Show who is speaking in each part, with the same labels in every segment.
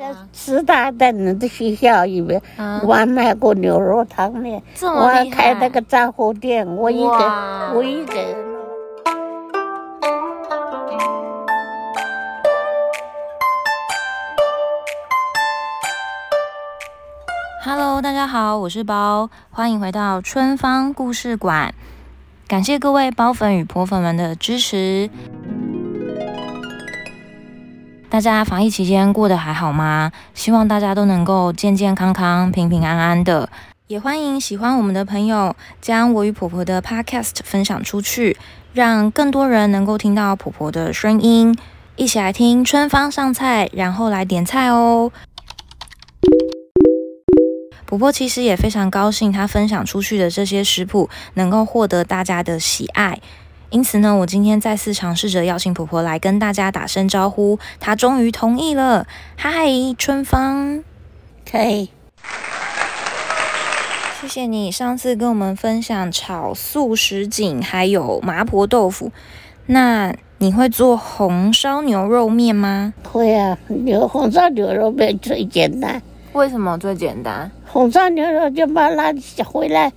Speaker 1: 在师大的那的学校里面，
Speaker 2: 啊嗯
Speaker 1: 我还卖过牛肉汤呢，
Speaker 2: 这
Speaker 1: 我
Speaker 2: 么厉害
Speaker 1: 还开了个杂货店，我一
Speaker 2: 哇
Speaker 1: 个我一个人。
Speaker 2: Hello，大家好，我是包，欢迎回到春芳故事馆。感谢各位包粉与婆粉们的支持。大家防疫期间过得还好吗？希望大家都能够健健康康、平平安安的。也欢迎喜欢我们的朋友将我与婆婆的 Podcast 分享出去，让更多人能够听到婆婆的声音。一起来听春芳上菜，然后来点菜哦。婆婆其实也非常高兴，她分享出去的这些食谱能够获得大家的喜爱。因此呢，我今天再次尝试着邀请婆婆来跟大家打声招呼，她终于同意了。嗨，春芳，
Speaker 1: 可以，
Speaker 2: 谢谢你上次跟我们分享炒素什锦，还有麻婆豆腐。那你会做红烧牛肉面吗？
Speaker 1: 会啊，牛红烧牛肉面最简单，
Speaker 2: 为什么最简单？
Speaker 1: 红烧牛肉就把它回来，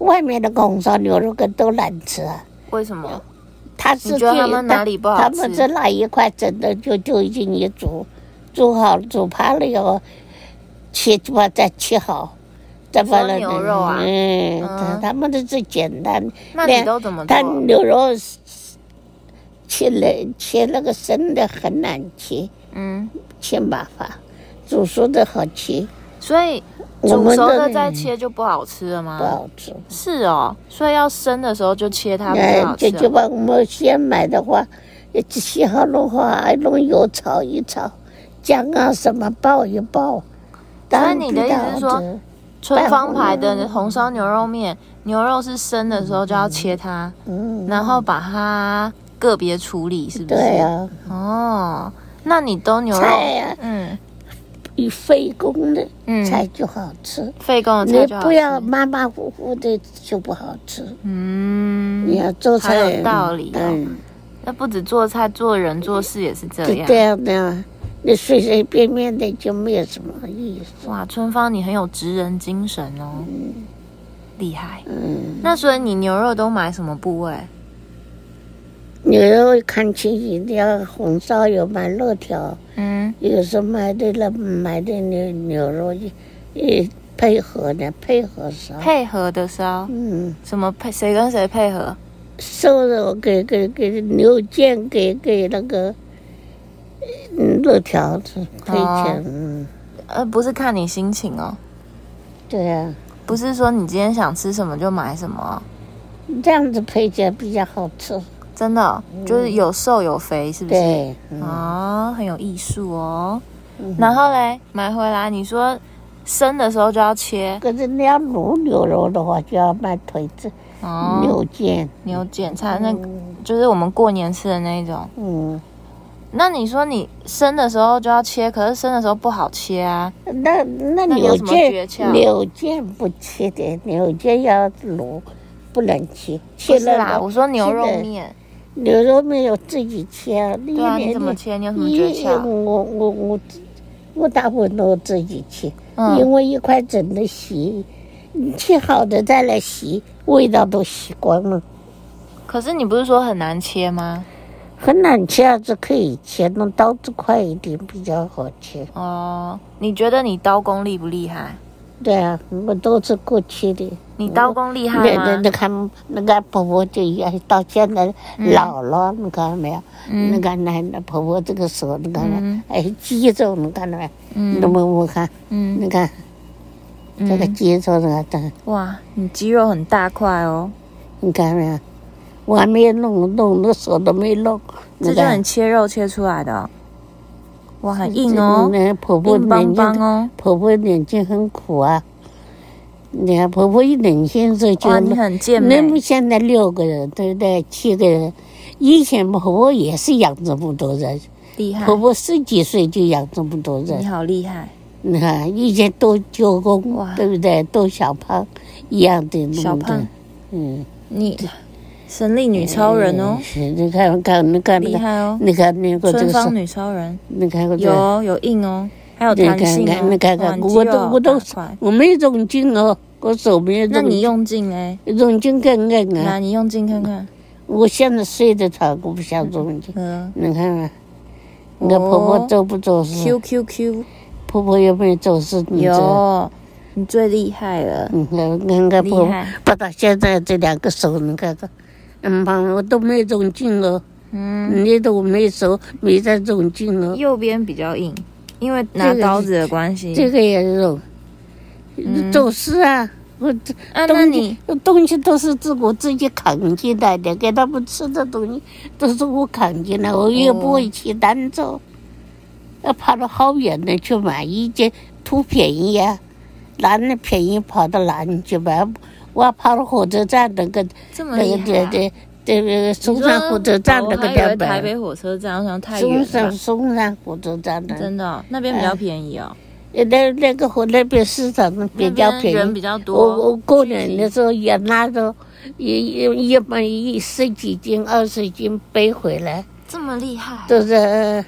Speaker 1: 外面那个红烧牛肉跟都难吃啊。
Speaker 2: 为什么？
Speaker 1: 他是
Speaker 2: 你觉得
Speaker 1: 就
Speaker 2: 他们哪里不好
Speaker 1: 他
Speaker 2: 吃
Speaker 1: 们这哪一块真的就就已经也煮煮好了，煮趴了以后，切就把再切好，再把
Speaker 2: 你
Speaker 1: 那
Speaker 2: 说牛肉啊
Speaker 1: 嗯，
Speaker 2: 嗯
Speaker 1: 他他们的最简单。
Speaker 2: 那你都怎么
Speaker 1: 他
Speaker 2: 做？
Speaker 1: 牛肉切了切那个生的很难切，
Speaker 2: 嗯，
Speaker 1: 切麻烦，煮熟的好切，
Speaker 2: 所以
Speaker 1: 我
Speaker 2: 煮
Speaker 1: 们
Speaker 2: 熟的
Speaker 1: 这
Speaker 2: 再切就不好吃了吗？
Speaker 1: 不好吃。
Speaker 2: 是哦，所以要生的时候就切它比较
Speaker 1: 嗯
Speaker 2: 好，吃
Speaker 1: 就
Speaker 2: 哦。
Speaker 1: 就把我们先买的话，呃切好弄好，还哎弄油炒一炒，姜啊什么爆一爆。
Speaker 2: 所以
Speaker 1: 当
Speaker 2: 你的意思是说
Speaker 1: 地道的，
Speaker 2: 春芳牌的红烧牛肉面，牛肉是生的时候就要切它，
Speaker 1: 嗯，
Speaker 2: 然后把它个别处理，是不是？
Speaker 1: 对、啊，
Speaker 2: 哦，那你都牛肉，
Speaker 1: 菜呀、
Speaker 2: 嗯
Speaker 1: 以费工的
Speaker 2: 嗯，
Speaker 1: 菜就好吃，
Speaker 2: 费工的菜
Speaker 1: 你
Speaker 2: 就好吃
Speaker 1: 不要马马虎虎的就不好吃。你
Speaker 2: 嗯，
Speaker 1: 要做
Speaker 2: 好有
Speaker 1: 菜，
Speaker 2: 道理哦
Speaker 1: 嗯，
Speaker 2: 那不止做菜，做人做事也是这
Speaker 1: 就
Speaker 2: 样。
Speaker 1: 这样的，你随随便便的就没有什么意思。
Speaker 2: 哇，春芳你很有职人精神哦，厉害。
Speaker 1: 嗯，
Speaker 2: 那所以你牛肉都买什么部位？
Speaker 1: 牛肉看起一定要红烧，有买肉条。
Speaker 2: 嗯，
Speaker 1: 有时候买的了买的牛牛肉也也配合的配合上，
Speaker 2: 配合的烧，
Speaker 1: 嗯，
Speaker 2: 什么配谁跟谁配合？
Speaker 1: 瘦肉给给给牛腱给给那个嗯肉条子配
Speaker 2: 哦
Speaker 1: 成，嗯，
Speaker 2: 呃，不是看你心情哦，
Speaker 1: 对啊呀、
Speaker 2: 不是说你今天想吃什么就买什么哦、
Speaker 1: 这样子配起来比较好吃，
Speaker 2: 真的哦、就是有瘦有肥，是不是？
Speaker 1: 对，嗯
Speaker 2: 哦，很有艺术哦。
Speaker 1: 嗯
Speaker 2: 然后嘞，买回来你说生的时候就要切
Speaker 1: 可是你要卤牛肉的话，就要买腿子、
Speaker 2: 哦，嗯
Speaker 1: 牛腱，
Speaker 2: 牛腱菜那个就是我们过年吃的那一种。
Speaker 1: 嗯，
Speaker 2: 那你说你生的时候就要切，可是生的时候不好切啊。
Speaker 1: 那那
Speaker 2: 那你有
Speaker 1: 牛
Speaker 2: 什么诀
Speaker 1: 腱
Speaker 2: 窍
Speaker 1: 牛腱不切的，牛腱要卤，不能切，
Speaker 2: 不
Speaker 1: 切
Speaker 2: 是
Speaker 1: 了
Speaker 2: 啦，
Speaker 1: 老
Speaker 2: 我说牛肉
Speaker 1: 切了
Speaker 2: 面，
Speaker 1: 牛肉面有自己切啊，对
Speaker 2: 对啊，你怎么切？你有什么诀
Speaker 1: 一
Speaker 2: 窍？
Speaker 1: 我我我我大部分都自己切，
Speaker 2: 嗯
Speaker 1: 因为一块整的洗，你切好的再来洗，味道都洗光了，
Speaker 2: 可是你不是说很难切吗？
Speaker 1: 很难切啊，这可以切，弄刀子快一点比较好切。
Speaker 2: 哦，你觉得你刀工厉不厉害？
Speaker 1: 对啊，我都是过去的。
Speaker 2: 你刀工厉害
Speaker 1: 那那
Speaker 2: 吗？
Speaker 1: 那看那个婆婆就一样，到现在老了，你看到没有？你
Speaker 2: 嗯
Speaker 1: 看那那婆婆这个手，你看
Speaker 2: 嗯
Speaker 1: 那哎肌肉，你看到没有？那
Speaker 2: 嗯
Speaker 1: 么我看，
Speaker 2: 嗯
Speaker 1: 你看这个
Speaker 2: 嗯，
Speaker 1: 肌肉呢，这
Speaker 2: 哇，你肌肉很大块哦，
Speaker 1: 你看没有？我还没有弄弄，那手都没弄。你
Speaker 2: 这就
Speaker 1: 看
Speaker 2: 很切肉切出来的哦、哇，很硬哦，
Speaker 1: 那婆婆
Speaker 2: 硬邦
Speaker 1: 眼
Speaker 2: 邦
Speaker 1: 睛，
Speaker 2: 哦，
Speaker 1: 婆婆眼睛很苦啊。你看婆婆一冷静的时候就
Speaker 2: 哦哇，你很健
Speaker 1: 那么
Speaker 2: 美，
Speaker 1: 现在六个人，对不对？七个人，以前婆婆也是养这么多人，
Speaker 2: 厉害
Speaker 1: 婆，婆十几岁就养这么多
Speaker 2: 你
Speaker 1: 人，
Speaker 2: 好厉害，
Speaker 1: 你看以前都舅公
Speaker 2: 嗯哇，
Speaker 1: 对不对？都小胖一样的
Speaker 2: 小
Speaker 1: 弄
Speaker 2: 胖
Speaker 1: 的，嗯，
Speaker 2: 你神力女超人哦，
Speaker 1: 嗯你看，看，你看，你
Speaker 2: 厉
Speaker 1: 看，
Speaker 2: 害哦，
Speaker 1: 你看那个这
Speaker 2: 春
Speaker 1: 个
Speaker 2: 芳
Speaker 1: 手，
Speaker 2: 女超人
Speaker 1: 你看个这
Speaker 2: 有
Speaker 1: 个，
Speaker 2: 哦有硬哦，还有
Speaker 1: 你
Speaker 2: 弹
Speaker 1: 看
Speaker 2: 性啊，
Speaker 1: 看，你看
Speaker 2: 哇
Speaker 1: 看，
Speaker 2: 你
Speaker 1: 我
Speaker 2: 肌
Speaker 1: 都
Speaker 2: 肉
Speaker 1: 我都
Speaker 2: 打快
Speaker 1: 我没用劲哦，我手没有
Speaker 2: 那
Speaker 1: 用
Speaker 2: 你
Speaker 1: 劲，
Speaker 2: 用劲哎、
Speaker 1: 用劲看看
Speaker 2: 那
Speaker 1: 啊！
Speaker 2: 你用劲看看，
Speaker 1: 我现在睡得着，我不想用劲。
Speaker 2: 嗯哦
Speaker 1: 你看看，你看婆婆做不做事啊
Speaker 2: ，Q？Q Q，
Speaker 1: 婆婆有没有做事？你知道
Speaker 2: 有，你最厉害了，
Speaker 1: 你看，你看
Speaker 2: 厉
Speaker 1: 婆婆
Speaker 2: 害，
Speaker 1: 把她现在这两个手，你看看，嗯，妈，我都没用劲哦，
Speaker 2: 嗯，
Speaker 1: 你都没手没在用劲哦，
Speaker 2: 右边比较硬，因为拿
Speaker 1: 这个
Speaker 2: 刀子的关系。
Speaker 1: 这个也用，
Speaker 2: 嗯
Speaker 1: 做事啊，我这
Speaker 2: 啊，那
Speaker 1: 东
Speaker 2: 你
Speaker 1: 西东西都是自我自己扛进来的，给他们吃的东西都是我扛进来，我也不
Speaker 2: 哦
Speaker 1: 会骑单车，要跑到好远的去买一件，图便宜呀、哪里便宜跑到哪里去买，我要跑到火车站那个
Speaker 2: 这么
Speaker 1: 那
Speaker 2: 厉
Speaker 1: 个
Speaker 2: 害、
Speaker 1: 对
Speaker 2: 啊，
Speaker 1: 对对对，
Speaker 2: 你
Speaker 1: 松
Speaker 2: 说哦
Speaker 1: 山火车站那个
Speaker 2: 我还以为
Speaker 1: 两
Speaker 2: 台
Speaker 1: 百，
Speaker 2: 北火车站，我想太远
Speaker 1: 松
Speaker 2: 了
Speaker 1: 山
Speaker 2: 吧，
Speaker 1: 松山火车站的，
Speaker 2: 真的哦、那边比较便宜哦，
Speaker 1: 那那个火那边市场比较
Speaker 2: 那边
Speaker 1: 便宜
Speaker 2: 人。比较多。
Speaker 1: 我我过年的时候也拿着一一一般一十几斤、二十斤背回来，
Speaker 2: 这么厉害，
Speaker 1: 都是呃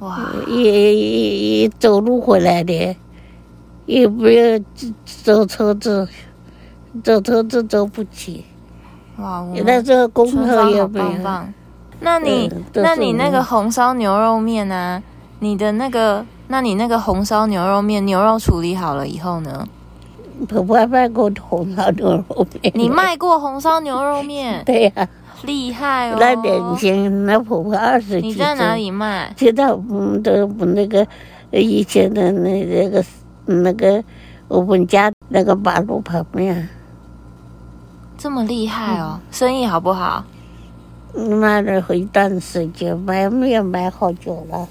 Speaker 2: 哇，
Speaker 1: 一一一走路回来的，也不要走车子，走车子走不起。
Speaker 2: 哇，我
Speaker 1: 那
Speaker 2: 们
Speaker 1: 时候工
Speaker 2: 春
Speaker 1: 头
Speaker 2: 芳
Speaker 1: 也
Speaker 2: 好
Speaker 1: 没有
Speaker 2: 棒。棒。那你、
Speaker 1: 嗯都是
Speaker 2: 那你
Speaker 1: 我们
Speaker 2: 那个红烧牛肉面呢、你的那个，那你那个红烧牛肉面，牛肉处理好了以后呢？
Speaker 1: 婆婆卖过红烧牛肉面，，
Speaker 2: 你卖过红烧牛肉 面
Speaker 1: 对呀、
Speaker 2: 厉害哦！
Speaker 1: 那点钱，那婆婆二十几
Speaker 2: 你
Speaker 1: 斤。
Speaker 2: 在哪里卖？
Speaker 1: 知道我们的我们那个呃以前的那那个那个我们家那个马路旁边，
Speaker 2: 这么厉害
Speaker 1: 嗯
Speaker 2: 哦，生意好不好？
Speaker 1: 卖了一段时间，买面买好久了，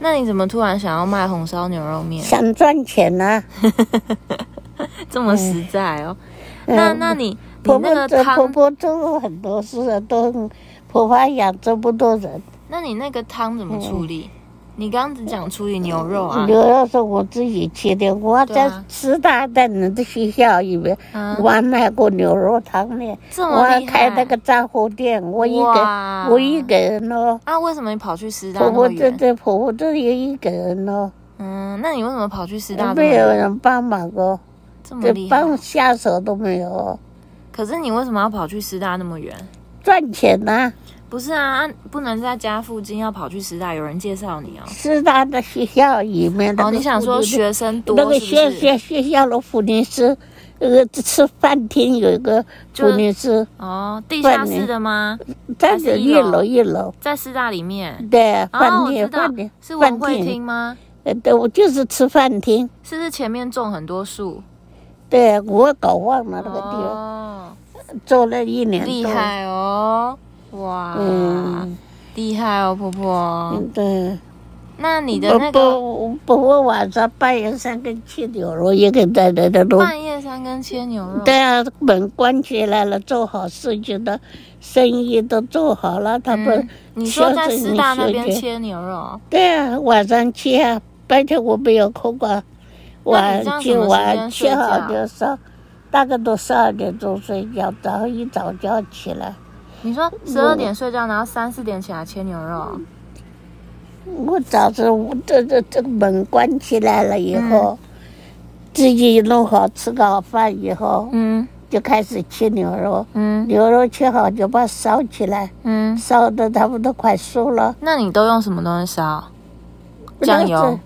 Speaker 2: 那你怎么突然想要卖红烧牛 肉面？
Speaker 1: 想赚钱啊呢、
Speaker 2: 这么实在哦？那
Speaker 1: 嗯
Speaker 2: 那你你
Speaker 1: 婆
Speaker 2: 那
Speaker 1: 婆
Speaker 2: 个
Speaker 1: 做婆
Speaker 2: 汤，
Speaker 1: 婆做了很多事啊，都很婆婆养这么多人，
Speaker 2: 那你那个汤怎么处理？
Speaker 1: 嗯
Speaker 2: 你刚刚只讲处理牛肉啊，
Speaker 1: 牛肉是我自己切的，我
Speaker 2: 对啊
Speaker 1: 在师大在你的学校里面，
Speaker 2: 嗯，
Speaker 1: 我还卖过牛肉汤呢，
Speaker 2: 这
Speaker 1: 我
Speaker 2: 么
Speaker 1: 还
Speaker 2: 厉害
Speaker 1: 开那个杂货店，我一个
Speaker 2: 哇
Speaker 1: 我一个人哦。
Speaker 2: 啊，为什么你跑去师大
Speaker 1: 婆
Speaker 2: 那么
Speaker 1: 婆这
Speaker 2: 远？
Speaker 1: 这婆婆这里一个人哦，
Speaker 2: 嗯，那你为什么跑去师大这么
Speaker 1: 没有
Speaker 2: 远？
Speaker 1: 人帮忙哦，
Speaker 2: 这么
Speaker 1: 这
Speaker 2: 厉害？
Speaker 1: 帮下手都没有哦，
Speaker 2: 可是你为什么要跑去师大那么远？
Speaker 1: 赚钱呐、
Speaker 2: 不是啊，啊不能在家附近，要跑去师大，有人介绍你哦。
Speaker 1: 师大的学校里面那
Speaker 2: 哦，
Speaker 1: 个
Speaker 2: 你想
Speaker 1: 妇
Speaker 2: 说
Speaker 1: 女
Speaker 2: 学生多
Speaker 1: 那个
Speaker 2: 是不
Speaker 1: 学
Speaker 2: 是？
Speaker 1: 学学校的妇女室，呃，吃饭厅有一个
Speaker 2: 就
Speaker 1: 妇女室，
Speaker 2: 哦，地下室的吗？
Speaker 1: 在这
Speaker 2: 一
Speaker 1: 一
Speaker 2: 楼
Speaker 1: 楼一楼，
Speaker 2: 在师大里面。
Speaker 1: 对，
Speaker 2: 哦，
Speaker 1: 饭
Speaker 2: 我
Speaker 1: 店
Speaker 2: 知道
Speaker 1: 饭店，
Speaker 2: 是
Speaker 1: 饭
Speaker 2: 文会厅
Speaker 1: 店，
Speaker 2: 吗？
Speaker 1: 呃，对，我就是吃饭厅，
Speaker 2: 是不是前面种很多树？
Speaker 1: 对我搞忘了那个地方，
Speaker 2: 哦，
Speaker 1: 做了一年
Speaker 2: 厉
Speaker 1: 多，
Speaker 2: 害哦，哇，
Speaker 1: 嗯，
Speaker 2: 厉害哦，婆婆。
Speaker 1: 嗯对。
Speaker 2: 那你的那个
Speaker 1: 呃不不，我晚上半夜三更吃牛肉，也给奶奶的弄。
Speaker 2: 半夜哦三更切牛肉，
Speaker 1: 对啊，门关起来了，做好事情的，生意都做好了，他们
Speaker 2: 嗯，你说在
Speaker 1: 孝顺
Speaker 2: 师大那
Speaker 1: 学
Speaker 2: 边
Speaker 1: 姐
Speaker 2: 切牛肉，
Speaker 1: 对啊，晚上切啊，白天我没有空啊，
Speaker 2: 那
Speaker 1: 晚
Speaker 2: 你这样
Speaker 1: 切
Speaker 2: 什么时
Speaker 1: 晚
Speaker 2: 间
Speaker 1: 切
Speaker 2: 睡觉啊
Speaker 1: 好就上，大概都十二点钟睡觉，然后一早就要起来。
Speaker 2: 你说十二点睡觉，然后三四点起来切牛肉，
Speaker 1: 我早上我这这这个门关起来了
Speaker 2: 嗯
Speaker 1: 以后，自己弄好吃个好饭以后，
Speaker 2: 嗯
Speaker 1: 就开始切牛肉，
Speaker 2: 嗯
Speaker 1: 牛肉切好就把它烧起来，
Speaker 2: 嗯，
Speaker 1: 烧的差不多快熟了。
Speaker 2: 那你都用什么东西烧？酱油、、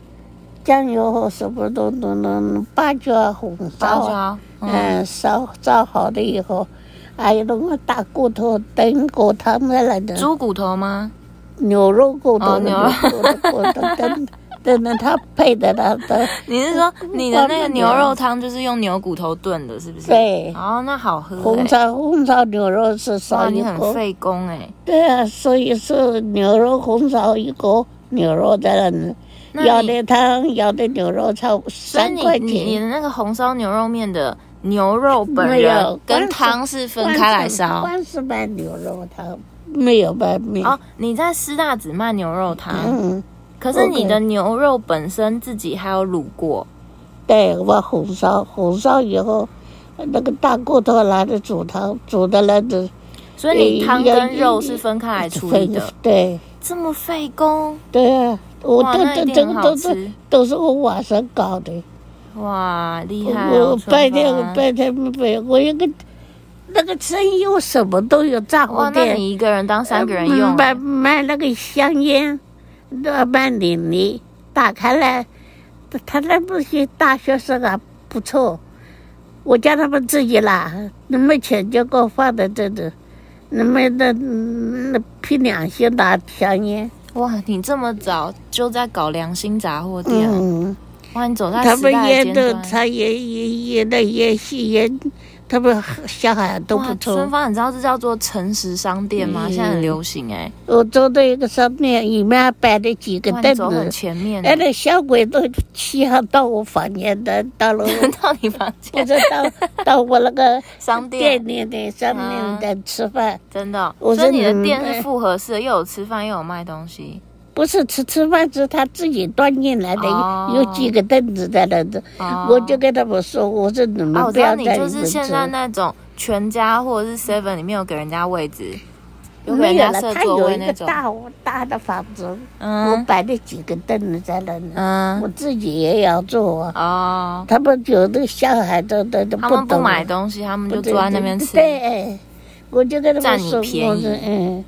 Speaker 1: 酱油和什么都都能八角啊、红烧
Speaker 2: 花
Speaker 1: 啊，
Speaker 2: 椒，嗯，
Speaker 1: 嗯，烧烧好了以后，还有那个大骨头、炖骨头那来的，
Speaker 2: 猪骨头吗？
Speaker 1: 牛肉骨头、
Speaker 2: 哦牛肉
Speaker 1: 骨头骨头炖。 炖的它配的它 的，
Speaker 2: 你是说你的嗯那个
Speaker 1: 光
Speaker 2: 牛
Speaker 1: 那个
Speaker 2: 肉汤就是用牛骨头炖的，是不是？。
Speaker 1: 对，
Speaker 2: 哦，那好喝、欸。
Speaker 1: 红烧红烧牛肉是
Speaker 2: 哇，
Speaker 1: 烧一
Speaker 2: 你很
Speaker 1: 锅，
Speaker 2: 费工哎、
Speaker 1: 对啊，所以是牛肉红烧一锅，牛肉的
Speaker 2: 那
Speaker 1: 舀
Speaker 2: 你
Speaker 1: 的汤，舀的牛肉炒
Speaker 2: 所以
Speaker 1: 三块
Speaker 2: 你你你
Speaker 1: 钱，
Speaker 2: 的那个红烧牛肉面的牛肉本
Speaker 1: 没有
Speaker 2: 人跟
Speaker 1: 光是
Speaker 2: 汤是分开来烧。
Speaker 1: 光是卖牛肉汤，没有卖面。
Speaker 2: 哦，你在师大只卖牛肉汤，
Speaker 1: 嗯，
Speaker 2: 可是你
Speaker 1: OK
Speaker 2: 的牛肉本身自己还有卤过。
Speaker 1: 对，我红烧，红烧以后，那个大骨头拿着煮汤，煮的那种
Speaker 2: 所以你
Speaker 1: 诶
Speaker 2: 汤
Speaker 1: 要
Speaker 2: 跟肉
Speaker 1: 一
Speaker 2: 是分开来处理
Speaker 1: 分
Speaker 2: 的，，
Speaker 1: 对
Speaker 2: 这么费工，
Speaker 1: 对啊，我
Speaker 2: 哇
Speaker 1: 都
Speaker 2: 那一
Speaker 1: 都
Speaker 2: 定
Speaker 1: 这个
Speaker 2: 很好
Speaker 1: 都是
Speaker 2: 吃
Speaker 1: 都是我晚上搞的，
Speaker 2: 哇，厉害哦！
Speaker 1: 我白天
Speaker 2: 春
Speaker 1: 我
Speaker 2: 芳
Speaker 1: 白天没白，我有个那个生意我什么都有杂货
Speaker 2: 哇，那
Speaker 1: 啊店，
Speaker 2: 你一个人当三个人
Speaker 1: 嗯
Speaker 2: 用，啊
Speaker 1: 卖卖那个香烟，那卖铃铃，打开来，他那不些大学生啊不错，我叫他们自己拿，你没钱就给我放在这里，你们那那凭良心拿香烟，
Speaker 2: 哇，你这么早就在搞良心杂货店，啊
Speaker 1: 嗯。
Speaker 2: 哇，你走在
Speaker 1: 他
Speaker 2: 时
Speaker 1: 们
Speaker 2: 代的尖
Speaker 1: 烟的，
Speaker 2: 端。
Speaker 1: 他也也也那也吸烟，他们小孩都不
Speaker 2: 哇，
Speaker 1: 抽
Speaker 2: 春。芳，你知道这叫做诚实商店吗？
Speaker 1: 嗯
Speaker 2: 现在很流行哎、
Speaker 1: 我走到一个商店，里面还摆了几个
Speaker 2: 哇，你
Speaker 1: 凳
Speaker 2: 走很
Speaker 1: 子，
Speaker 2: 前面、
Speaker 1: 哎，
Speaker 2: 欸，
Speaker 1: 那小鬼都欺负到我房间的，到 了
Speaker 2: 到你房
Speaker 1: 或
Speaker 2: 间
Speaker 1: 者到到我那个
Speaker 2: 商店啊
Speaker 1: 店，里的上面的吃饭，
Speaker 2: 真的、
Speaker 1: 我
Speaker 2: 所以你的
Speaker 1: 真的
Speaker 2: 店
Speaker 1: 哎
Speaker 2: 是复合式的，又有吃饭又有卖东西。
Speaker 1: 不是吃吃饭是他自己端进来的，
Speaker 2: 哦
Speaker 1: 有几个凳子在那的，
Speaker 2: 哦
Speaker 1: 我就跟他们说，我说你们
Speaker 2: 啊，我
Speaker 1: 不
Speaker 2: 知道
Speaker 1: 要
Speaker 2: 你
Speaker 1: 在
Speaker 2: 就
Speaker 1: 里
Speaker 2: 是
Speaker 1: 面
Speaker 2: 现在
Speaker 1: 吃。
Speaker 2: 那种全家或者是 Seven 里面有给人家位置，有给
Speaker 1: 没
Speaker 2: 人
Speaker 1: 有
Speaker 2: 家
Speaker 1: 了，
Speaker 2: 设
Speaker 1: 他
Speaker 2: 座
Speaker 1: 有
Speaker 2: 位
Speaker 1: 一个
Speaker 2: 那种。
Speaker 1: 大大的房子，我
Speaker 2: 嗯
Speaker 1: 摆了几个凳子在那呢，我
Speaker 2: 嗯
Speaker 1: 自己也要做啊。
Speaker 2: 哦，
Speaker 1: 他们有的小孩都都都
Speaker 2: 他
Speaker 1: 不
Speaker 2: 们不
Speaker 1: 懂啊，
Speaker 2: 买东西，他们就
Speaker 1: 对
Speaker 2: 坐在那边吃。
Speaker 1: 对，哎我就跟他
Speaker 2: 占
Speaker 1: 们
Speaker 2: 你
Speaker 1: 说，
Speaker 2: 便
Speaker 1: 我说
Speaker 2: 宜
Speaker 1: 嗯，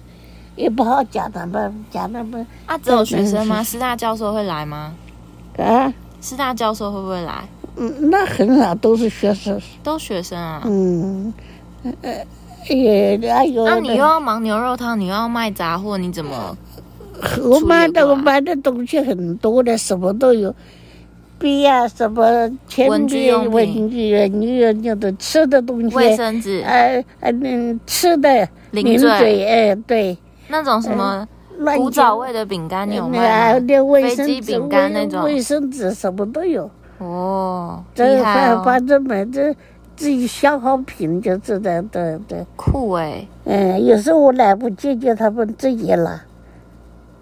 Speaker 1: 也不好讲他们，讲他们
Speaker 2: 啊，只有学生吗？师大教授会来吗？
Speaker 1: 啊，
Speaker 2: 师大教授会不会来？
Speaker 1: 嗯，那很少都是学生，
Speaker 2: 都学生啊。
Speaker 1: 嗯，呃，也还有
Speaker 2: 那你又
Speaker 1: 的，
Speaker 2: 要忙牛肉汤，你又要卖杂货，你怎么？
Speaker 1: 我买
Speaker 2: 出野
Speaker 1: 的
Speaker 2: 果
Speaker 1: 我
Speaker 2: 啊
Speaker 1: 买的东西很多的，什么都有。笔啊，什么铅
Speaker 2: 文具
Speaker 1: 笔、
Speaker 2: 用品
Speaker 1: 文具、文具用品的吃的东西，
Speaker 2: 卫生纸、
Speaker 1: 呃呃，嗯，吃的
Speaker 2: 零
Speaker 1: 零
Speaker 2: 嘴
Speaker 1: 嘴，哎，对，
Speaker 2: 那种什么
Speaker 1: 乱
Speaker 2: 古
Speaker 1: 嚼
Speaker 2: 早味的饼干，你有
Speaker 1: 那
Speaker 2: 卖
Speaker 1: 个
Speaker 2: 吗？
Speaker 1: 那卫
Speaker 2: 飞
Speaker 1: 生
Speaker 2: 机
Speaker 1: 纸、
Speaker 2: 饼干那种
Speaker 1: 卫卫生纸什么都有。
Speaker 2: 哦，
Speaker 1: 这
Speaker 2: 厉害
Speaker 1: 反
Speaker 2: 哦，
Speaker 1: 反正买这自己消耗品就是的，对对。
Speaker 2: 酷哎！
Speaker 1: 嗯，有时候我来不及，叫他们自己拿，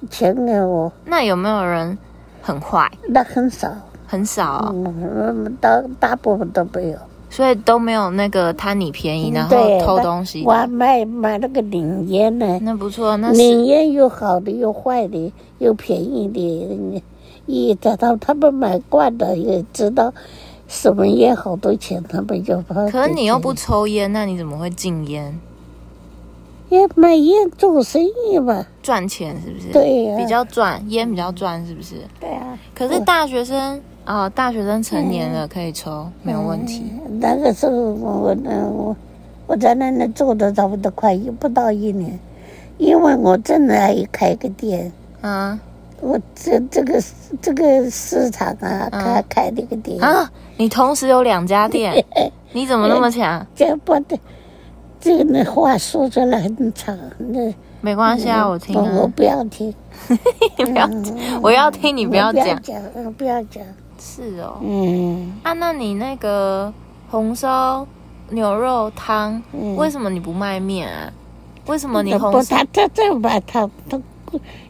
Speaker 1: 钱给我，
Speaker 2: 那有没有人很坏？
Speaker 1: 那很少，
Speaker 2: 很少哦，
Speaker 1: 嗯，大大部分都没有。
Speaker 2: 所以都没有那个贪你便宜然
Speaker 1: 嗯
Speaker 2: 后
Speaker 1: 对
Speaker 2: 偷东西
Speaker 1: 我还
Speaker 2: 的。
Speaker 1: 买买那个领烟呢，
Speaker 2: 那不错，那是
Speaker 1: 领烟有好的，有坏的，有便宜的。一他他他们买惯的也知道什么烟好多钱，他们就怕。
Speaker 2: 可是你又不抽烟，那你怎么会禁烟？
Speaker 1: 也买烟做生意嘛？
Speaker 2: 赚钱是不是？
Speaker 1: 对呀、
Speaker 2: 比较赚，烟比较赚是不是？
Speaker 1: 对啊，
Speaker 2: 可是大学
Speaker 1: 嗯
Speaker 2: 生啊、哦大学生成年了可以抽，没有问题。
Speaker 1: 那个时候我我我我在那里做的差不多快一不到一年，因为我真的还开个店，
Speaker 2: 嗯
Speaker 1: 我这这个这个市场啊，
Speaker 2: 嗯
Speaker 1: 开开了个店。
Speaker 2: 啊，你同时有两家
Speaker 1: 嗯
Speaker 2: 店，你怎么那么强？
Speaker 1: 这不得，这个那话说出来很长，那
Speaker 2: 没关系
Speaker 1: 嗯
Speaker 2: 啊，我听
Speaker 1: 我我
Speaker 2: 啊，
Speaker 1: 不要听，
Speaker 2: 你 不要，我要听你
Speaker 1: 我
Speaker 2: 不要
Speaker 1: 不要
Speaker 2: 讲。
Speaker 1: 讲，嗯不要讲，
Speaker 2: 是哦，
Speaker 1: 嗯，
Speaker 2: 啊，那你那个红烧牛肉汤，
Speaker 1: 嗯
Speaker 2: 为什么你不卖面啊？为什么你
Speaker 1: 不
Speaker 2: 红，烧
Speaker 1: 他？他这把他他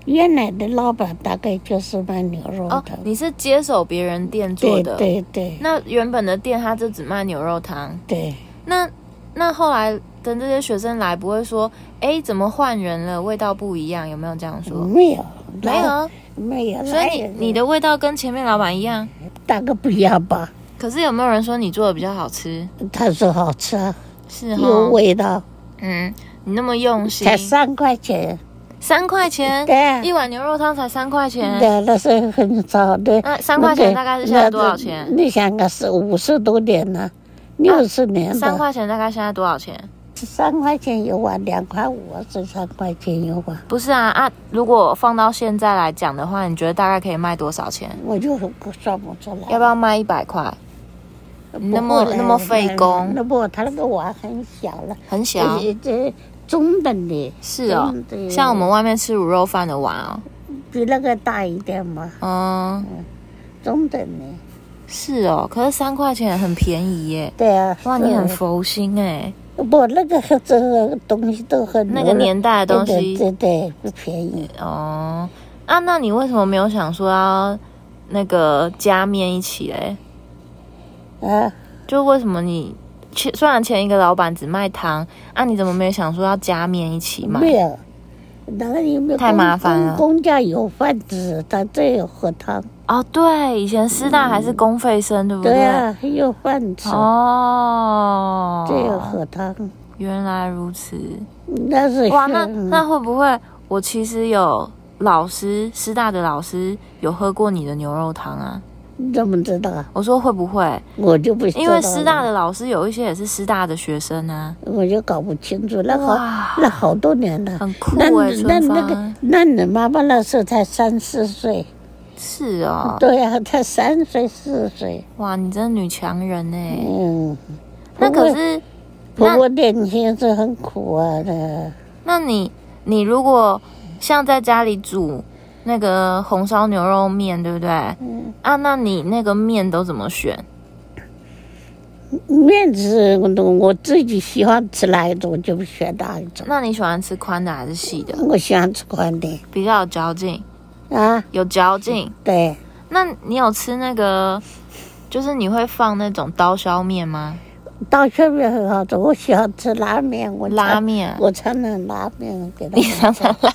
Speaker 1: 原来的老板大概就是卖牛肉
Speaker 2: 哦
Speaker 1: 的，，
Speaker 2: 你是接手别人店做
Speaker 1: 对
Speaker 2: 的。
Speaker 1: 对对
Speaker 2: 那原本的店他就只卖牛肉汤，
Speaker 1: 对，
Speaker 2: 那那后来的这些学生来不会说，哎，怎么换人了，味道不一样，有没有这样说？
Speaker 1: 没有
Speaker 2: 没
Speaker 1: 哦
Speaker 2: 有，啊
Speaker 1: 没有，
Speaker 2: 所以你
Speaker 1: 嗯
Speaker 2: 你的味道跟前面老板一样，
Speaker 1: 大概不要吧？
Speaker 2: 可是有没有人说你做的比较好吃？
Speaker 1: 他说好吃啊，
Speaker 2: 是
Speaker 1: 有
Speaker 2: 哦，
Speaker 1: 味道，
Speaker 2: 嗯，你那么用心
Speaker 1: 才，三块钱，
Speaker 2: 三块钱
Speaker 1: 对啊
Speaker 2: 嗯一碗牛肉汤才三块钱，
Speaker 1: 对，那时候很早的。
Speaker 2: 那三块钱大概是现在多少钱？啊
Speaker 1: 你想想，是五十多年了，六十年了，
Speaker 2: 三块钱大概现在多少钱？
Speaker 1: 三块钱一碗，两块五啊是三块钱一碗，
Speaker 2: 不是啊啊！如果放到现在来讲的话，你觉得大概可以卖多少钱？
Speaker 1: 我就不算不出来。
Speaker 2: 要不要卖一百块？
Speaker 1: 不
Speaker 2: 那么
Speaker 1: 会了
Speaker 2: 那么费工
Speaker 1: 那不，他那个碗很小了，
Speaker 2: 很小，
Speaker 1: 这这中等的，
Speaker 2: 是哦
Speaker 1: 中等，的
Speaker 2: 像我们外面吃卤肉饭的碗哦，
Speaker 1: 比那个大一点嘛，
Speaker 2: 嗯，
Speaker 1: 中等的。
Speaker 2: 是哦，可是三块钱很便宜耶。
Speaker 1: 对啊，
Speaker 2: 哇，
Speaker 1: 是啊
Speaker 2: 你很佛心哎，
Speaker 1: 不那个 这个东西都很
Speaker 2: 那个年代的东西
Speaker 1: 对对对不便宜。
Speaker 2: 哦啊，那你为什么没有想说要那个加面一起嘞？呃
Speaker 1: 啊，
Speaker 2: 就为什么你前虽然前一个老板只卖汤，啊，你怎么没有想说要加面一起卖？
Speaker 1: 没有，哪个有没有
Speaker 2: 太
Speaker 1: 公
Speaker 2: 麻烦了
Speaker 1: 公公家有饭吃，他这有喝汤，
Speaker 2: 哦，对，以前师大还是公费生，对不
Speaker 1: 对啊，还有饭吃，
Speaker 2: 哦，
Speaker 1: 这有喝汤。
Speaker 2: 原来如此。
Speaker 1: 那是
Speaker 2: 哇，那
Speaker 1: 是
Speaker 2: 那会不会我其实有老师师大的老师有喝过你的牛肉汤啊？
Speaker 1: 你怎么知道啊？
Speaker 2: 我说会不会？
Speaker 1: 我就不知道
Speaker 2: 因为师大
Speaker 1: 了，
Speaker 2: 的老师有一些也是师大的学生啊。
Speaker 1: 我就搞不清楚。那好，
Speaker 2: 哇，
Speaker 1: 那好多年了。
Speaker 2: 很酷
Speaker 1: 那
Speaker 2: 哎、
Speaker 1: 你那
Speaker 2: 春
Speaker 1: 那
Speaker 2: 芳
Speaker 1: 个，那你妈妈那时候才三四岁，
Speaker 2: 是哦，
Speaker 1: 对呀、才三岁四岁，
Speaker 2: 哇，你真的女强人哎、
Speaker 1: 嗯。
Speaker 2: 那
Speaker 1: 不过
Speaker 2: 可是，
Speaker 1: 不
Speaker 2: 那
Speaker 1: 过年轻是很苦啊的，
Speaker 2: 那你你如果像在家里煮那个红烧牛肉面，对不对？
Speaker 1: 嗯
Speaker 2: 啊，那你那个面都怎么选？
Speaker 1: 面子我我自己喜欢吃哪一种我就选哪一种，
Speaker 2: 那你喜欢吃宽的还是细的？
Speaker 1: 我喜欢吃宽的
Speaker 2: 比较有嚼劲，
Speaker 1: 啊，
Speaker 2: 有嚼劲。
Speaker 1: 对，
Speaker 2: 那你有吃那个，就是你会放那种刀削面吗？
Speaker 1: 刀削面很好吃，我喜欢吃拉面，我常
Speaker 2: 拉面，
Speaker 1: 我常常拉面给他
Speaker 2: 你
Speaker 1: 们。
Speaker 2: 常常拉，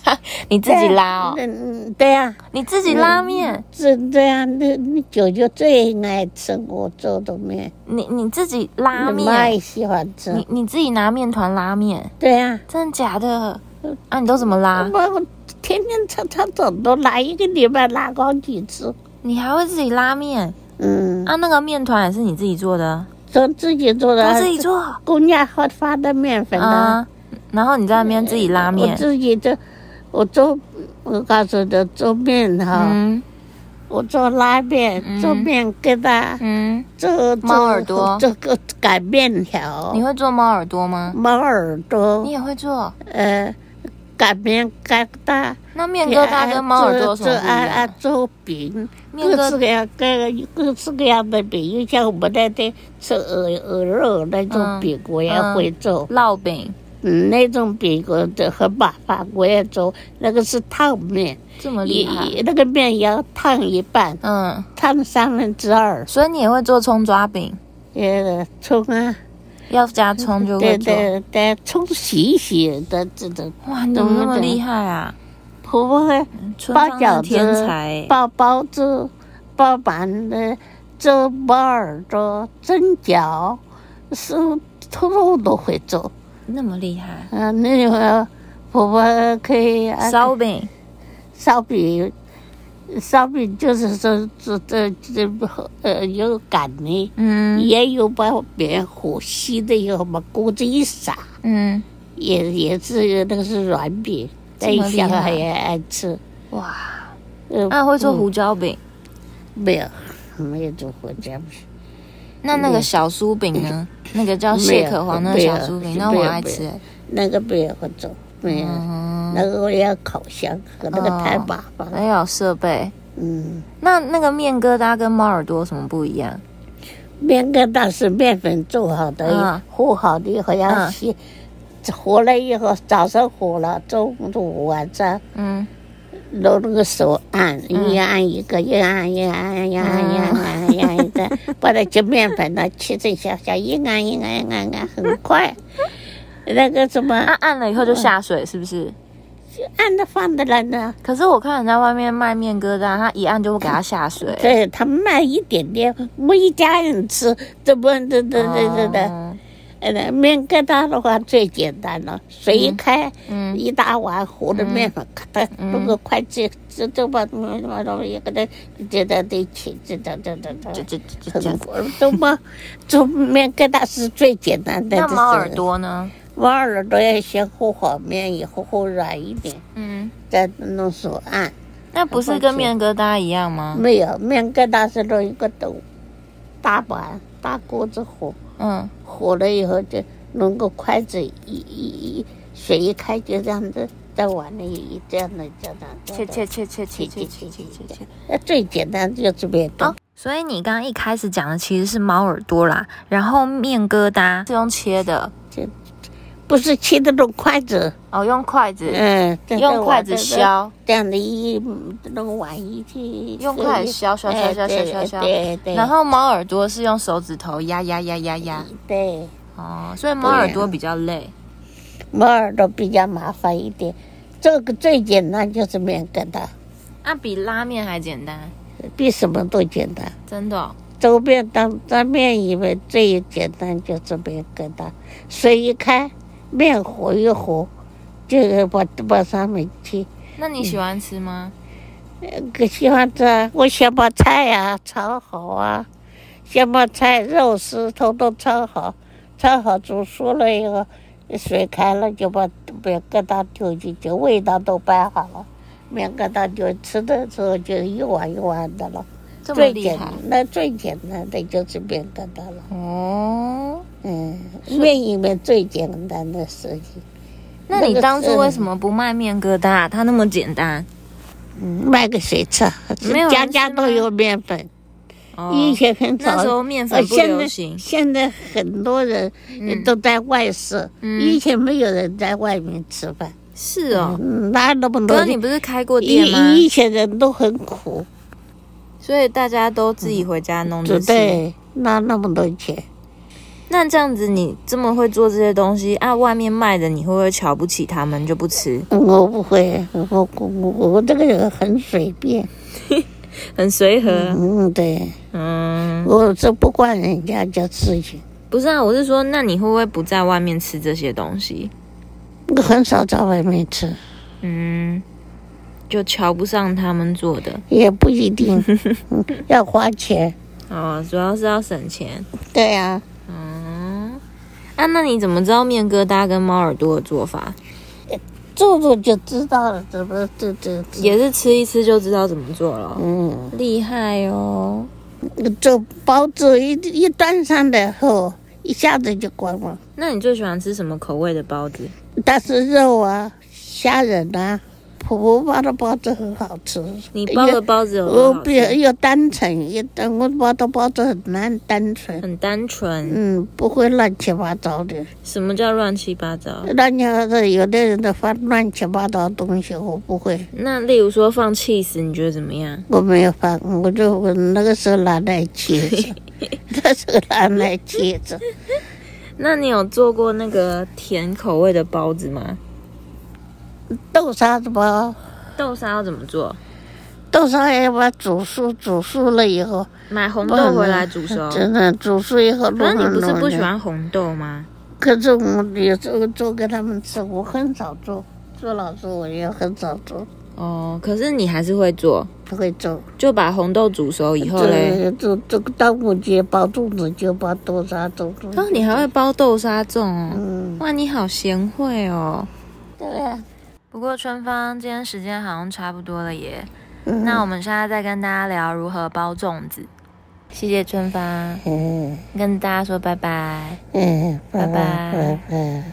Speaker 2: 你自己拉哦，
Speaker 1: 嗯，嗯对呀、
Speaker 2: 你自己拉面，
Speaker 1: 是这样。那那舅舅最爱吃我做的面，
Speaker 2: 你你自己拉
Speaker 1: 你妈
Speaker 2: 面，
Speaker 1: 也喜欢吃。
Speaker 2: 你你自己拿面团拉面，
Speaker 1: 对呀、
Speaker 2: 真的假的？啊，你都怎么拉？
Speaker 1: 我我天天常常走都拉一个礼拜拉好几次。
Speaker 2: 你还会自己拉面
Speaker 1: 嗯，
Speaker 2: 啊？那个面团也是你自己做的，
Speaker 1: 做自己做的，
Speaker 2: 都自己做
Speaker 1: 公家发发啊的面粉啊，
Speaker 2: 啊？然后你在那边自己拉
Speaker 1: 我
Speaker 2: 面，
Speaker 1: 自己做，我做，我告诉你，做面哈，
Speaker 2: 嗯
Speaker 1: 我做拉面，
Speaker 2: 嗯
Speaker 1: 做面疙瘩，
Speaker 2: 嗯，
Speaker 1: 做
Speaker 2: 猫耳朵
Speaker 1: 做个擀面条
Speaker 2: 嗯你，会做猫耳朵吗？
Speaker 1: 猫耳朵
Speaker 2: 你，也会做？
Speaker 1: 呃，擀面疙瘩，
Speaker 2: 那面疙瘩跟猫耳朵有什
Speaker 1: 做
Speaker 2: 么不
Speaker 1: 啊
Speaker 2: 一
Speaker 1: 啊
Speaker 2: 样？
Speaker 1: 做饼，
Speaker 2: 面
Speaker 1: 各式
Speaker 2: 疙
Speaker 1: 各样各各式各样的饼，就像我们那天吃鹅鹅肉那种
Speaker 2: 嗯
Speaker 1: 饼，我也
Speaker 2: 嗯
Speaker 1: 会做。
Speaker 2: 烙饼
Speaker 1: 嗯，那种饼我这很麻烦，我也做。那个是烫面，
Speaker 2: 这么
Speaker 1: 也
Speaker 2: 厉害，
Speaker 1: 也那个面要烫一半，
Speaker 2: 嗯，
Speaker 1: 烫三分之二，
Speaker 2: 所以你也会做葱抓饼，
Speaker 1: 呃，葱啊，
Speaker 2: 要加葱就
Speaker 1: 对
Speaker 2: 会做。
Speaker 1: 对对，葱洗一洗的这种，
Speaker 2: 哇，你怎么那么厉害啊？
Speaker 1: 婆婆会
Speaker 2: 春芳
Speaker 1: 包饺
Speaker 2: 的
Speaker 1: 子
Speaker 2: 天才欸，
Speaker 1: 包包子、包馒的、做包耳朵、蒸饺，是通通都会做。
Speaker 2: 那么厉害。
Speaker 1: 嗯、那个婆婆可以啊
Speaker 2: 烧饼，
Speaker 1: 烧饼，烧饼就是说这这这呃有擀的，
Speaker 2: 嗯
Speaker 1: 也有把面和稀的，有把锅子一撒，
Speaker 2: 嗯，
Speaker 1: 也也是那个是软饼，
Speaker 2: 这么
Speaker 1: 但
Speaker 2: 厉
Speaker 1: 小
Speaker 2: 害
Speaker 1: 孩也爱哎吃。
Speaker 2: 哇，
Speaker 1: 呃，
Speaker 2: 那啊会做
Speaker 1: 嗯
Speaker 2: 胡椒饼，
Speaker 1: 没有，没有做胡椒饼，
Speaker 2: 那那个小酥饼呢？那个叫蟹壳黄那个小酥
Speaker 1: 嗯
Speaker 2: 饼，那我爱吃欸。
Speaker 1: 那个没有会做，没有，
Speaker 2: 嗯，
Speaker 1: 那个我要烤箱，和那个太
Speaker 2: 哦
Speaker 1: 麻烦了。
Speaker 2: 还有设备。
Speaker 1: 嗯，
Speaker 2: 那那个面疙瘩跟猫耳朵有什么不一样？
Speaker 1: 面疙瘩是面粉做好的
Speaker 2: 嗯，
Speaker 1: 和好了以后要
Speaker 2: 嗯
Speaker 1: 洗，和了以后早上和了，中午晚上
Speaker 2: 嗯，
Speaker 1: 用那个手按，
Speaker 2: 嗯
Speaker 1: 一按一个，一按一按一按一按一按一个，把那些面粉呢切成小小，一按一按一按一按，很快。那个什么
Speaker 2: 那啊按了以后就下水是不是？
Speaker 1: 按着放的人呢？
Speaker 2: 可是我看人家外面卖面疙瘩，他一按就会给它下水。
Speaker 1: 对他们卖一点点，我们一家人吃，怎么这这这这的？
Speaker 2: 哦
Speaker 1: 呃，面疙瘩的话最简单了，水一开，
Speaker 2: 嗯
Speaker 1: 一大碗和的面粉，咔嗒，
Speaker 2: 嗯
Speaker 1: 弄个筷子，这这把什么什么什么一个的，这这这起，这这这这这。
Speaker 2: 就就就就这样
Speaker 1: 很。怎么做面疙瘩是最简单的？
Speaker 2: 那
Speaker 1: 这
Speaker 2: 猫
Speaker 1: 是
Speaker 2: 耳，朵呢？
Speaker 1: 猫耳朵要先和好面，以后和软一点，
Speaker 2: 嗯，
Speaker 1: 再弄手按。
Speaker 2: 那不是跟面疙瘩一样吗？
Speaker 1: 没有面疙瘩是弄一个斗，大碗大锅子和，
Speaker 2: 嗯，
Speaker 1: 和了以后就弄个筷子一一一水一开就这样子，在碗里一这样的这样的
Speaker 2: 切切切切切切切切切切。
Speaker 1: 那最简单就是面
Speaker 2: 哦
Speaker 1: 疙
Speaker 2: 所以你刚刚一开始讲的其实是猫耳朵啦，然后面疙瘩是用切的
Speaker 1: 不是切的用筷子，
Speaker 2: 哦，用筷子，
Speaker 1: 嗯，这个
Speaker 2: 用筷
Speaker 1: 碗这
Speaker 2: 子
Speaker 1: 个
Speaker 2: 削，
Speaker 1: 这样的一那个碗一去，
Speaker 2: 用筷子削削削
Speaker 1: 哎
Speaker 2: 削削削
Speaker 1: 对
Speaker 2: 削，
Speaker 1: 对对，
Speaker 2: 然后猫耳朵是用手指头压压压压压。
Speaker 1: 对。
Speaker 2: 哦，所以猫耳朵比较累。
Speaker 1: 猫耳朵比较麻烦一点，这个最简单就是面疙瘩，
Speaker 2: 那、比拉面还简单，
Speaker 1: 比什么都简单。
Speaker 2: 真的哦、
Speaker 1: 走遍当当面以为最简单就是面疙瘩，水一开，面和一和，就把把上面去。
Speaker 2: 那你喜欢吃吗？
Speaker 1: 呃，喜欢吃啊，我先把菜呀、炒好啊，先把菜、肉丝通通炒好，炒好煮熟了以后，水开了就把面疙瘩丢进去，味道都摆好了，面疙瘩就吃的时候就一碗一碗的了。
Speaker 2: 这么
Speaker 1: 最
Speaker 2: 厉
Speaker 1: 简
Speaker 2: 害
Speaker 1: 那最简单的就是面疙瘩了。
Speaker 2: 哦？
Speaker 1: 嗯，面里面最简单的事情。
Speaker 2: 那
Speaker 1: 那
Speaker 2: 你
Speaker 1: 个
Speaker 2: 当初
Speaker 1: 是
Speaker 2: 为什么不卖面疙瘩？它那么简单。
Speaker 1: 嗯，卖给谁吃？
Speaker 2: 没有人
Speaker 1: 家家
Speaker 2: 吃
Speaker 1: 都
Speaker 2: 吗
Speaker 1: 有面粉。
Speaker 2: 哦
Speaker 1: 以前很早，
Speaker 2: 那时候面
Speaker 1: 呃
Speaker 2: 粉不
Speaker 1: 现
Speaker 2: 流
Speaker 1: 在
Speaker 2: 行，
Speaker 1: 现在很多人
Speaker 2: 嗯
Speaker 1: 都在外市，
Speaker 2: 嗯
Speaker 1: 以前没有人在外面吃饭，
Speaker 2: 是哦。
Speaker 1: 嗯哪有那么多
Speaker 2: 哥，你
Speaker 1: 人？
Speaker 2: 不是开过店吗？
Speaker 1: 以以前人都很苦，
Speaker 2: 所以大家都自己回家弄
Speaker 1: 对不
Speaker 2: 着吃。
Speaker 1: 对？哪那么多钱？
Speaker 2: 那这样子，你这么会做这些东西啊，外面卖的你会不会瞧不起他们就不吃？
Speaker 1: 我不会，我我我我这个人很随便，
Speaker 2: 很随和，
Speaker 1: 嗯，对，
Speaker 2: 嗯，
Speaker 1: 我是不管人家家事情，
Speaker 2: 不是啊，我是说，那你会不会不在外面吃这些东西？
Speaker 1: 我很少在外面吃，
Speaker 2: 嗯，就瞧不上他们做的
Speaker 1: 也不一 定嗯要花钱，
Speaker 2: 哦，主要是要省钱。
Speaker 1: 对啊呀、
Speaker 2: 嗯，啊，那你怎么知道面疙瘩跟猫耳朵的做法？
Speaker 1: 做做就知道了，怎么这这这，
Speaker 2: 也是吃一吃就知道怎么做了，
Speaker 1: 嗯。
Speaker 2: 厉害哦！
Speaker 1: 这包子一一端上来后，一下子就光了。
Speaker 2: 那你最喜欢吃什么口味的包子？
Speaker 1: 但是肉啊、虾仁啊，婆婆包的包子很好吃。
Speaker 2: 你包的包子有多
Speaker 1: 我
Speaker 2: 好
Speaker 1: 比
Speaker 2: 吃？
Speaker 1: 要单纯一点，我包的包子很难单纯，
Speaker 2: 很单纯。
Speaker 1: 嗯，不会乱七八糟的。
Speaker 2: 什么叫乱七八糟？
Speaker 1: 乱七八糟，有的人的放乱七八糟的东西，我不会，
Speaker 2: 那例如说放 cheese，你觉得怎么样？
Speaker 1: 我没有放，我就我那个时候拿来切着，那时候拿来切着。
Speaker 2: 那你有做过那个甜口味的包子吗？
Speaker 1: 豆沙子包。
Speaker 2: 豆沙要怎么做？
Speaker 1: 豆沙要把煮熟，煮熟了以后，
Speaker 2: 买红豆回来煮熟。
Speaker 1: 真的煮熟以后，
Speaker 2: 可是你不是不喜
Speaker 1: 弄弄弄？
Speaker 2: 欢红豆吗？
Speaker 1: 可是我有时候做给他们吃，我很少做，做老师我也很少做，
Speaker 2: 哦，可是你还是会做，
Speaker 1: 不会做。
Speaker 2: 就把红豆煮熟以后嘞。
Speaker 1: 这这这个端午节包粽子就包豆沙粽子。
Speaker 2: 哦，你还会包豆沙粽哦！
Speaker 1: 嗯，
Speaker 2: 哇，你好贤惠哦。
Speaker 1: 对啊，
Speaker 2: 不过春芳，今天时间好像差不多了耶。
Speaker 1: 嗯
Speaker 2: 那我们现在再跟大家聊如何包粽子。谢谢春芳，
Speaker 1: 嗯
Speaker 2: 跟大家说拜拜。
Speaker 1: 嗯，
Speaker 2: 拜拜
Speaker 1: 拜拜。